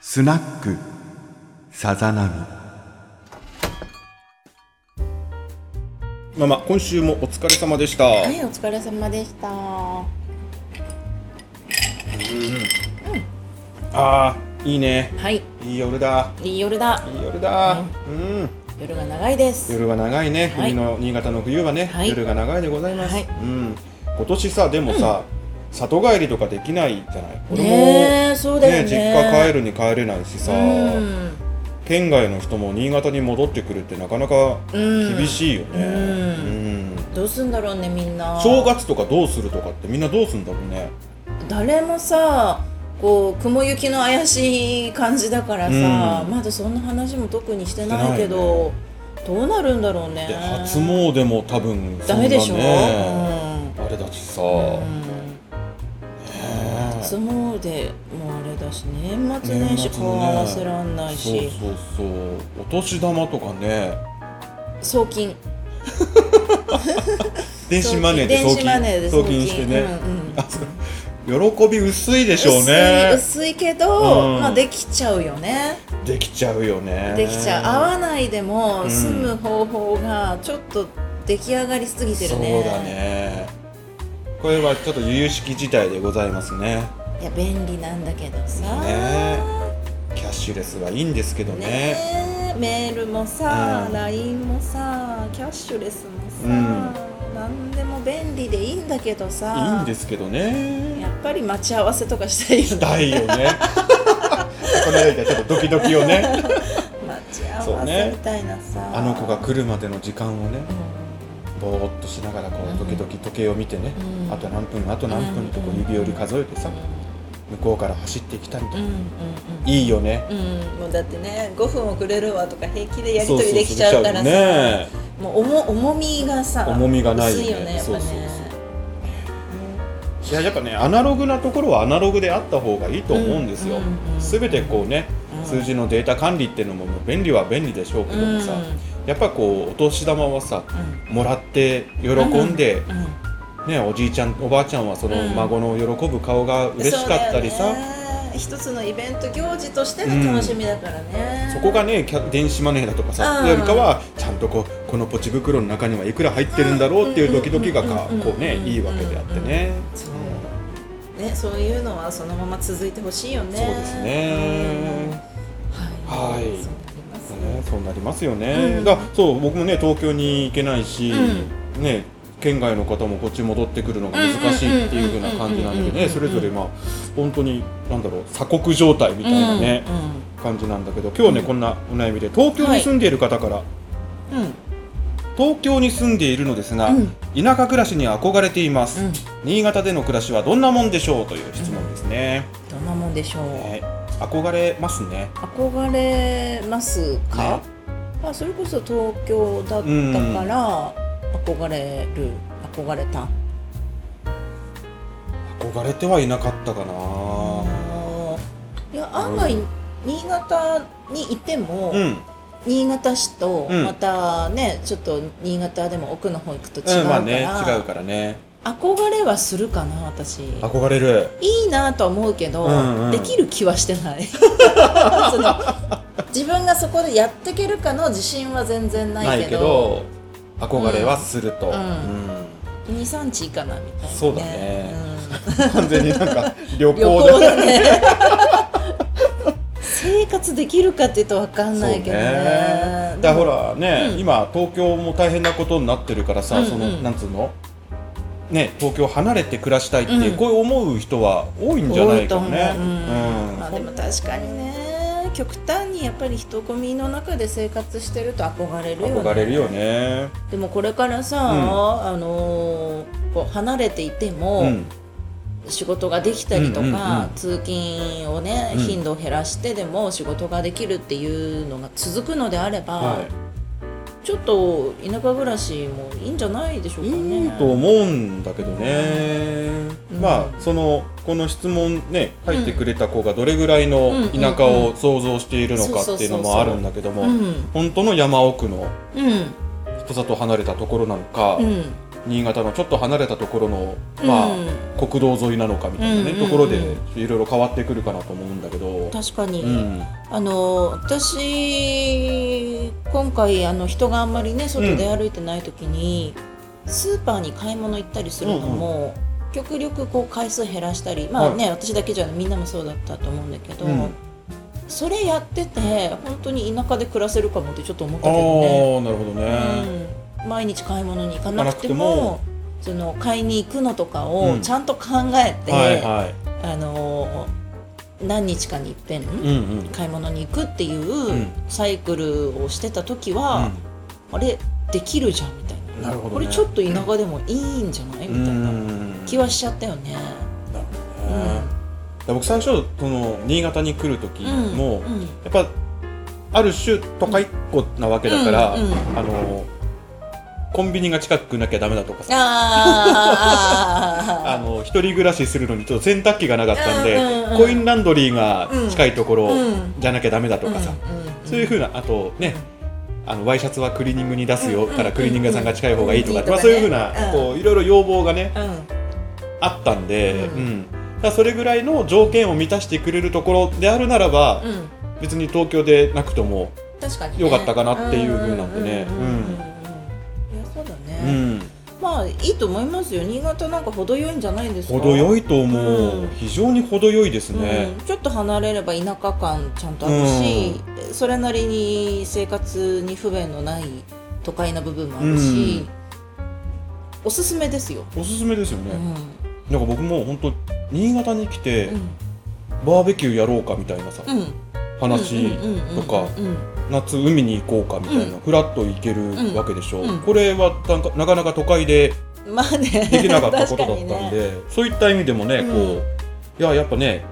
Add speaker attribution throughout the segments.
Speaker 1: スナックさざ波
Speaker 2: ママ今週もお疲れ様でした、
Speaker 3: はい、お疲れ様でした。は
Speaker 2: あーいいね
Speaker 3: い、
Speaker 2: いい夜だ
Speaker 3: いい夜だ。
Speaker 2: いい夜だうん
Speaker 3: 夜が長いです。
Speaker 2: 夜は長いね
Speaker 3: はい
Speaker 2: 冬の新潟の冬はね、
Speaker 3: はい
Speaker 2: 夜が長いでございます、
Speaker 3: はい
Speaker 2: うん今年さでもさ、里帰りとかできないじゃない子供
Speaker 3: ねえ、そうだよね。
Speaker 2: 実家帰るに帰れないしさ、
Speaker 3: うん、
Speaker 2: 県外の人も新潟に戻ってくるってなかなか
Speaker 3: うん
Speaker 2: 厳しいよね、
Speaker 3: うん
Speaker 2: うん
Speaker 3: どうすんだろうね、みんな。
Speaker 2: 正月とかどうするとかってみんなどうするんだろうね
Speaker 3: 誰もさ、こう雲行きの怪しい感じだからさ、
Speaker 2: うん
Speaker 3: まだそんな話も特にしてないけど、どうなるんだろうね
Speaker 2: で。初詣も多分
Speaker 3: ダメでしょ。
Speaker 2: そんなねあれだしさ、
Speaker 3: うんうん初詣もあれだし年末年始顔合わせらんないし、
Speaker 2: そうそうそうお年玉とかね
Speaker 3: 送金
Speaker 2: 電子マネーで送
Speaker 3: 電子マネー
Speaker 2: 金
Speaker 3: で
Speaker 2: 送
Speaker 3: 送金
Speaker 2: 金してね、
Speaker 3: うんうん
Speaker 2: あそう喜び薄いでしょうね
Speaker 3: 薄い薄いけど、
Speaker 2: うん
Speaker 3: まあできちゃうよね
Speaker 2: できちゃうよね
Speaker 3: できちゃう合わないで
Speaker 2: う
Speaker 3: も
Speaker 2: ん
Speaker 3: 済む方法がちょっと出来上がりすぎてるね
Speaker 2: そうだねこれはちょっと由々しき事態でございますね
Speaker 3: いや便利なんだけどさ
Speaker 2: ねキャッシュレスはいいんですけどね
Speaker 3: ねえメールもさ、
Speaker 2: うん
Speaker 3: LINE もさキャッシュレスもさ、
Speaker 2: うん
Speaker 3: 何でも便利でいいんだけどさ
Speaker 2: いいんですけどね
Speaker 3: やっぱり待ち合わせと かしたいよね
Speaker 2: だいよねこの間ちょっとドキドキをね
Speaker 3: 待ち合
Speaker 2: そう
Speaker 3: わ
Speaker 2: ね
Speaker 3: せみたいなさ、
Speaker 2: あの子が来るまでの時間をね
Speaker 3: う
Speaker 2: ぼーっとしながらこ
Speaker 3: う
Speaker 2: うん時々時計を見てね、
Speaker 3: うん
Speaker 2: あと何分あと何分ってこう指折り数えてさ、向こうから走ってきたりとか、
Speaker 3: んうんうん
Speaker 2: いいよね
Speaker 3: うん、もうだってね5分遅れるわとか平気でやり取りできちゃうから
Speaker 2: そ
Speaker 3: さ
Speaker 2: うそうそうできちゃうね
Speaker 3: もう重重みがさ
Speaker 2: 重みがないよね
Speaker 3: 薄いよねやっぱ
Speaker 2: そう
Speaker 3: ね
Speaker 2: そういややっぱねアナログなところはアナログであった方がいいと思うんですよ
Speaker 3: うんうんうん
Speaker 2: すべ、てこうね
Speaker 3: うん
Speaker 2: 数字のデータ管理っていうのも便利は便利でしょうけどもさ、
Speaker 3: うん
Speaker 2: やっぱこうお年玉はさもらって喜んで、
Speaker 3: うんうん
Speaker 2: ね、おじいちゃんおばあちゃんはその
Speaker 3: うん
Speaker 2: 孫の喜ぶ顔が嬉しかったりさ、
Speaker 3: そうだよね一つのイベント行事としての楽しみだからね、
Speaker 2: そこがねキャ電子マネーだとかさ、
Speaker 3: うん
Speaker 2: よりかはちゃんとこうこのポチ袋の中にはいくら入ってるんだろうっていうドキドキがか
Speaker 3: うんうんうんうん
Speaker 2: こうねいいわけであってね、
Speaker 3: そうねそういうのはそのまま続いてほしいよね
Speaker 2: そうですね、
Speaker 3: うんはい、
Speaker 2: はい
Speaker 3: そうなりま
Speaker 2: ね
Speaker 3: す
Speaker 2: そうなりますよね、
Speaker 3: うん
Speaker 2: だそう僕もね東京に行けないし、
Speaker 3: う
Speaker 2: ね県外の方もこっち戻ってくるのが難しいっていう風な感じなんだけどね
Speaker 3: うんうんうんうんうんうん
Speaker 2: それぞれまあ本当になんだろう鎖国状態みたいなね、
Speaker 3: うんうん
Speaker 2: 感じなんだけど今日ね、こんなお悩みで東京に住んでいる方から、
Speaker 3: うん
Speaker 2: 東京に住んでいるのですが、
Speaker 3: うん
Speaker 2: 田舎暮らしに憧れています、
Speaker 3: うん
Speaker 2: 新潟での暮らしはどんなもんでしょうという質問ですね、
Speaker 3: どんなもんでしょう、
Speaker 2: ね憧れますね
Speaker 3: 憧れますか、
Speaker 2: ね
Speaker 3: まあ、それこそ東京だったから憧れる憧れた
Speaker 2: 憧れてはいなかったかない
Speaker 3: や案外新潟にいても、
Speaker 2: うん
Speaker 3: 新潟市と
Speaker 2: うん
Speaker 3: またね、ちょっと新潟でも奥の方行くと違
Speaker 2: う
Speaker 3: うんか
Speaker 2: ま
Speaker 3: ら、
Speaker 2: あね違うからね
Speaker 3: 憧れはするかな私
Speaker 2: 憧れる
Speaker 3: いいなとは思うけど、
Speaker 2: うんうん
Speaker 3: できる気はして ないその自分がそこでやっていけるかの自信は全然な
Speaker 2: ないい
Speaker 3: けど
Speaker 2: けど憧れはすると、
Speaker 3: うん
Speaker 2: うん
Speaker 3: 23地かなみたいな、
Speaker 2: そうだね
Speaker 3: うん
Speaker 2: 完全になんか旅行で
Speaker 3: 旅行だね生活できるかっていうと分かんないけどね
Speaker 2: だからほらね、
Speaker 3: うん
Speaker 2: 今東京も大変なことになってるからさ、
Speaker 3: うんうん
Speaker 2: そのなんつうのね東京離れて暮らしたいって、
Speaker 3: うん
Speaker 2: こう思う人は多いんじゃないか
Speaker 3: 思う
Speaker 2: ね。
Speaker 3: うんまあ、
Speaker 2: う
Speaker 3: でも確かにね極端にやっぱり人混みの中で生活してると憧れるよね
Speaker 2: ん憧れるよね。
Speaker 3: でもこれからさ、
Speaker 2: うん
Speaker 3: あのーこう離れていても、
Speaker 2: うん、
Speaker 3: 仕事ができたりとか、
Speaker 2: うんうんうん
Speaker 3: 通勤をね
Speaker 2: うん
Speaker 3: 頻度を減らしてでも仕事ができるっていうのが続くのであれば、
Speaker 2: は
Speaker 3: ちょっと田舎暮らしもいいんじゃないでしょう
Speaker 2: い。
Speaker 3: かね。
Speaker 2: いいと思うんだけどね。
Speaker 3: うん
Speaker 2: まあそのこの質問ね書いてくれた子がどれぐらいの田舎を想像しているのかっていうのもあるんだけども、
Speaker 3: うん、
Speaker 2: 本当の山奥の
Speaker 3: うん、
Speaker 2: 人里離れたところなのか。
Speaker 3: うん、
Speaker 2: 新潟のちょっと離れたところの、まあ国道沿いなのかみたいなね、
Speaker 3: うんうんうん
Speaker 2: ところでいろいろ変わってくるかなと思うんだけど、
Speaker 3: 確かに、
Speaker 2: うん、
Speaker 3: あの私今回あの人があんまりね外で歩いてない時に、スーパーに買い物行ったりするのも、極力こう回数減らしたりまあね、私だけじゃないみんなもそうだったと思うんだけど、
Speaker 2: うん
Speaker 3: それやってて本当に田舎で暮らせるかもってちょっと思っ
Speaker 2: ああ
Speaker 3: たけどね、
Speaker 2: なるほど
Speaker 3: う
Speaker 2: ね、
Speaker 3: ん、毎日買い物に行かなくても
Speaker 2: 行
Speaker 3: その買いに行くのとか
Speaker 2: う
Speaker 3: を
Speaker 2: ん
Speaker 3: ちゃんと考えて、
Speaker 2: はいはい
Speaker 3: あの何日かにいっぺん、
Speaker 2: うんうん
Speaker 3: 買い物に行くってい
Speaker 2: ん
Speaker 3: うサイクルをしてた時は、あれできるじゃんみたいな
Speaker 2: なるほどね
Speaker 3: これちょっと田舎でもいいんじゃないみたいな
Speaker 2: な
Speaker 3: 気はしちゃったよね。
Speaker 2: なるほどね、だから僕最初その新潟に来る時
Speaker 3: うん
Speaker 2: も、 や
Speaker 3: うん
Speaker 2: っぱある種都会っ子なわけだから、
Speaker 3: うんうん
Speaker 2: あのコンビニが近くなきゃダメだとかさあ
Speaker 3: あー
Speaker 2: の一人暮らしするのにちょっと洗濯機がなかったんで、
Speaker 3: うんうんうん
Speaker 2: コインランドリーが近いところ
Speaker 3: うん
Speaker 2: じゃなきゃダメだとかさ、
Speaker 3: うんうん
Speaker 2: そういうふうなあとねあのワイシャツはクリーニングに出すよ
Speaker 3: うんうん
Speaker 2: からクリーニング屋さんが近い方がいいとか、
Speaker 3: うん
Speaker 2: まあ、そういうふうな、
Speaker 3: うん
Speaker 2: こういろいろ要望がね
Speaker 3: うん
Speaker 2: あったんで、
Speaker 3: う
Speaker 2: うんんだからそれぐらいの条件を満たしてくれるところであるならば、
Speaker 3: うん
Speaker 2: 別に東京でなくとも、
Speaker 3: 確かに、ね、
Speaker 2: 良かったかなっていう風なんでね
Speaker 3: うんうんうんうんうんいやそうだ
Speaker 2: う
Speaker 3: ね、
Speaker 2: ん、
Speaker 3: まあいいと思いますよ新潟なんか程よいんじゃないんですか
Speaker 2: 程よいと思う、
Speaker 3: うん
Speaker 2: 非常に程よいです
Speaker 3: う
Speaker 2: ね
Speaker 3: ん、。ちょっと離れれば田舎感ちゃんとあるし、それなりに生活に不便のない都会な部分もあるし、おすすめですよ。
Speaker 2: おすすめですよ
Speaker 3: う
Speaker 2: ね、
Speaker 3: ん
Speaker 2: なんか僕も本当新潟に来て、バーベキューやろうかみたいなさ、
Speaker 3: うん
Speaker 2: 話とか、
Speaker 3: うんうん
Speaker 2: 夏海に行こうかみたいな、
Speaker 3: うん
Speaker 2: ふらっと行けるわけでしょ、
Speaker 3: うん
Speaker 2: これはなんかなかなか都会 で
Speaker 3: うんまあね
Speaker 2: できなかったことだったん
Speaker 3: 確かにね
Speaker 2: で、そういった意味でもね、こ
Speaker 3: うん
Speaker 2: ういややっぱね、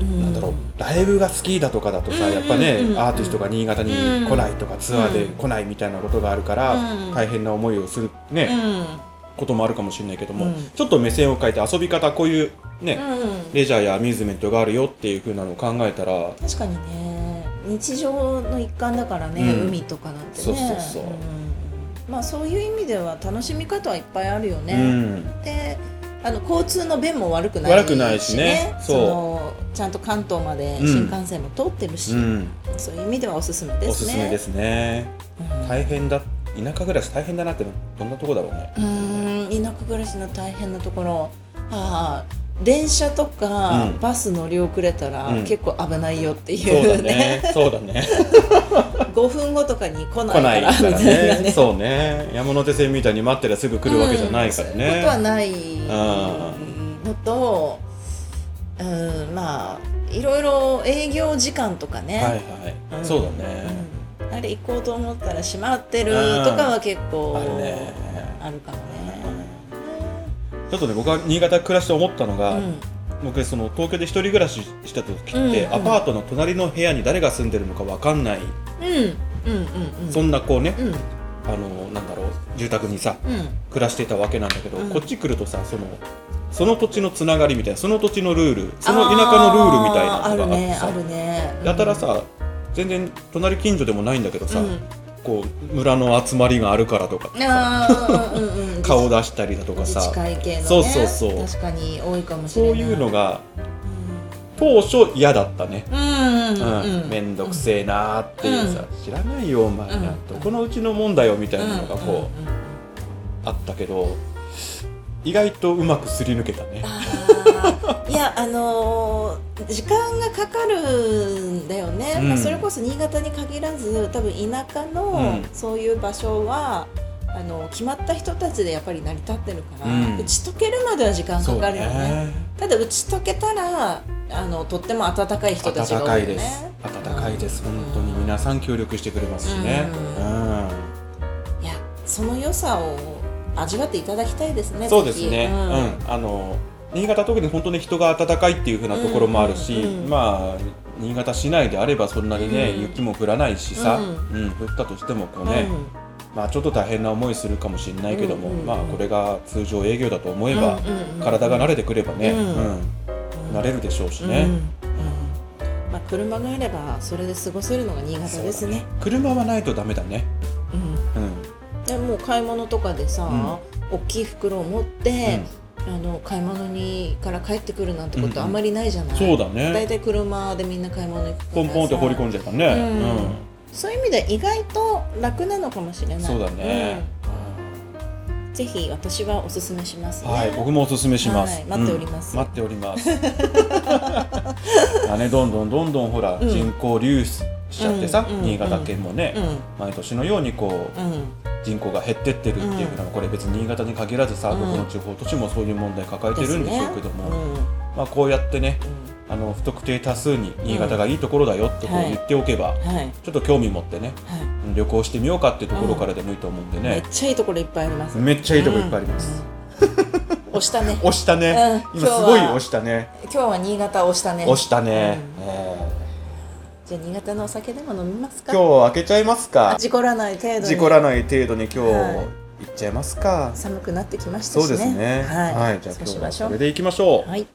Speaker 3: うん
Speaker 2: なんだろうライブが好きだとかだとさ、
Speaker 3: うん
Speaker 2: やっぱね、
Speaker 3: うん
Speaker 2: アーティストが新潟に来ないとか、ツアーで来ないみたいなことがあるから、
Speaker 3: うん
Speaker 2: 大変な思いをするね、こともあるかもしれないけども、
Speaker 3: うん
Speaker 2: ちょっと目線を変えて遊び方こういうね、
Speaker 3: うんうん
Speaker 2: レジャーやアミューズメントがあるよっていう風なのを考えたら、
Speaker 3: 確かにね日常の一環だからね、
Speaker 2: うん
Speaker 3: 海とかなんてね
Speaker 2: そうそうそうん
Speaker 3: まあそういう意味では楽しみ方はいっぱいあるよ
Speaker 2: う
Speaker 3: ね、
Speaker 2: ん、
Speaker 3: であの交通の便も悪くない
Speaker 2: 悪くないしね
Speaker 3: そ
Speaker 2: そう
Speaker 3: のちゃんと関東まで新幹線も通ってるし、
Speaker 2: うん、
Speaker 3: そういう意味ではおすすめですね、
Speaker 2: おすすめですすね。
Speaker 3: うん
Speaker 2: 大変だ田舎暮らし大変だなってのどんなとこだろうね。
Speaker 3: うーん田舎暮らしの大変なところああ電車とか、
Speaker 2: うん
Speaker 3: バス乗り遅れたら、
Speaker 2: うん
Speaker 3: 結構危ないよってい
Speaker 2: そう
Speaker 3: う
Speaker 2: だ ね、そうだね。
Speaker 3: 5分後とかに来ない
Speaker 2: 来
Speaker 3: か
Speaker 2: ない
Speaker 3: ら
Speaker 2: から
Speaker 3: みたいな
Speaker 2: ね。
Speaker 3: ね
Speaker 2: そうね、山手線みたいに待ってりゃすぐ来るわけじゃないから
Speaker 3: うんそういうことは
Speaker 2: ね。
Speaker 3: ないのと、うん、まあいろいろ営業時間とか
Speaker 2: はい
Speaker 3: ね、
Speaker 2: は
Speaker 3: ん
Speaker 2: い、そうだね。
Speaker 3: うんあれ行こうと思ったら閉まってるとかは結構
Speaker 2: あるね
Speaker 3: あるかもね。
Speaker 2: ちょっとね、僕は新潟暮らして思ったの
Speaker 3: う
Speaker 2: が、
Speaker 3: ん
Speaker 2: 僕その東京で一人暮らしした時って、
Speaker 3: うんうん
Speaker 2: アパートの隣の部屋に誰が住んでるのかわかんない、
Speaker 3: うんうんうんうん
Speaker 2: そんなこうね、
Speaker 3: うん
Speaker 2: あのなんだろう住宅にさ
Speaker 3: うん
Speaker 2: 暮らしてたわけなんだけど、
Speaker 3: うん
Speaker 2: こっち来るとさそのその土地のつながりみたいなその土地のルールその田舎のルールみたいな
Speaker 3: あーある
Speaker 2: のがあって
Speaker 3: ね
Speaker 2: さ
Speaker 3: あるね。
Speaker 2: やたらさ全然隣近所でもないんだけどさ、
Speaker 3: うん
Speaker 2: こう村の集まりがあるからとか
Speaker 3: うん、あーうんうんうん
Speaker 2: 顔出したりだとか
Speaker 3: 自
Speaker 2: さ
Speaker 3: 治会系のね
Speaker 2: そうそうそう
Speaker 3: 確かに多いかもし
Speaker 2: そう
Speaker 3: れない。
Speaker 2: いうのが当初嫌だったね。
Speaker 3: うんう
Speaker 2: うん
Speaker 3: うんうん
Speaker 2: ん、めんどくせえなーっていうさ、知らないよお前な、
Speaker 3: うん
Speaker 2: どこのうちのもんだよみたいなのがこう、
Speaker 3: うんうんうん
Speaker 2: あったけど意外とうまくすり抜けたね。
Speaker 3: あーいやあのー時間がかかるんだよね、
Speaker 2: うん
Speaker 3: まあ、それこそ新潟に限らず多分田舎の
Speaker 2: うん
Speaker 3: そういう場所は、あの決まった人たちでやっぱり成り立ってるから、
Speaker 2: うん
Speaker 3: 打ち解けるまでは時間かかるよね
Speaker 2: ね
Speaker 3: ただ打ち解けたらあのとっても温かい人たちが
Speaker 2: 暖
Speaker 3: 多
Speaker 2: か
Speaker 3: い
Speaker 2: い
Speaker 3: よね
Speaker 2: です。暖かいです。本当に皆さん協力してくれますしね。
Speaker 3: う
Speaker 2: うん。
Speaker 3: いやその良さを味わっていただきたいですね
Speaker 2: そうです
Speaker 3: ぜ
Speaker 2: ね。
Speaker 3: ひ
Speaker 2: うん、あの新潟特に本当に人が暖かいっていう風なところもあるし、
Speaker 3: うんうん
Speaker 2: まあ新潟市内であればそんなにね、
Speaker 3: うん
Speaker 2: 雪も降らないしさ、
Speaker 3: う
Speaker 2: うん、降ったとしてもこうね、まあちょっと大変な思いするかもしれないけども、
Speaker 3: うんうんうん
Speaker 2: まあこれが通常営業だと思
Speaker 3: う
Speaker 2: え
Speaker 3: ん
Speaker 2: ば、
Speaker 3: うんうん
Speaker 2: 体が慣れてくればね、
Speaker 3: うん
Speaker 2: うん、慣れるでしょうし
Speaker 3: うん
Speaker 2: ね。
Speaker 3: まあ、車があればそれで過ごせるのが新潟ですね
Speaker 2: 車はないとダメだね。
Speaker 3: う
Speaker 2: うん。
Speaker 3: ん、でもう買い物とかでさ、大きい袋を持って、あの買い物にから帰ってくるなんてことあんまりないじゃない、
Speaker 2: そうだ
Speaker 3: 大
Speaker 2: ね
Speaker 3: 体車でみんな買い物行くからさ
Speaker 2: ポンポンって放り込んじゃったね、
Speaker 3: うん
Speaker 2: うん
Speaker 3: そういう意味で意外と楽なのかもしれない
Speaker 2: そうだね、
Speaker 3: うんぜひ私はおすすめしますね、
Speaker 2: はい、僕もおすすめします。
Speaker 3: はい待っております
Speaker 2: うん待っております。だね、どんどんどんどんほら、
Speaker 3: うん
Speaker 2: 人口流出しちゃってさ、
Speaker 3: うんうん
Speaker 2: 新潟県もね、
Speaker 3: う
Speaker 2: 毎年のようにこうん
Speaker 3: うん
Speaker 2: 人口が減ってってるっていうのは、これ別に新潟に限らずさ、
Speaker 3: うん
Speaker 2: どこの地方都市もそういう問題抱えてるんでしょうけども、
Speaker 3: ですね
Speaker 2: まあこうやってね
Speaker 3: う、ん
Speaker 2: あの不特定多数に新潟がいいところだよってこう言っておけば、
Speaker 3: うんはい
Speaker 2: ちょっと興味持ってね、
Speaker 3: はい、
Speaker 2: 旅行してみようかってところからでもいいと思うんで
Speaker 3: めっ
Speaker 2: ね、
Speaker 3: ちゃいいところいっぱいあります
Speaker 2: めっちゃいいとこいっぱいあります。
Speaker 3: うん押したね
Speaker 2: 押したね、
Speaker 3: うん
Speaker 2: 今すごい押したね。
Speaker 3: 今日は新潟押したね
Speaker 2: 押したね、
Speaker 3: う
Speaker 2: え
Speaker 3: じゃあ新潟のお酒でも飲みます
Speaker 2: ー
Speaker 3: か
Speaker 2: 今日開けちゃいますか
Speaker 3: 事故らない程度に
Speaker 2: 事故らない程度に今日
Speaker 3: はい
Speaker 2: 行っちゃいますか、
Speaker 3: 寒くなってきましたしね
Speaker 2: そうですね
Speaker 3: はい、
Speaker 2: じゃあ今
Speaker 3: そう
Speaker 2: 日
Speaker 3: し
Speaker 2: は
Speaker 3: ましょ
Speaker 2: そうれで行きましょう
Speaker 3: はい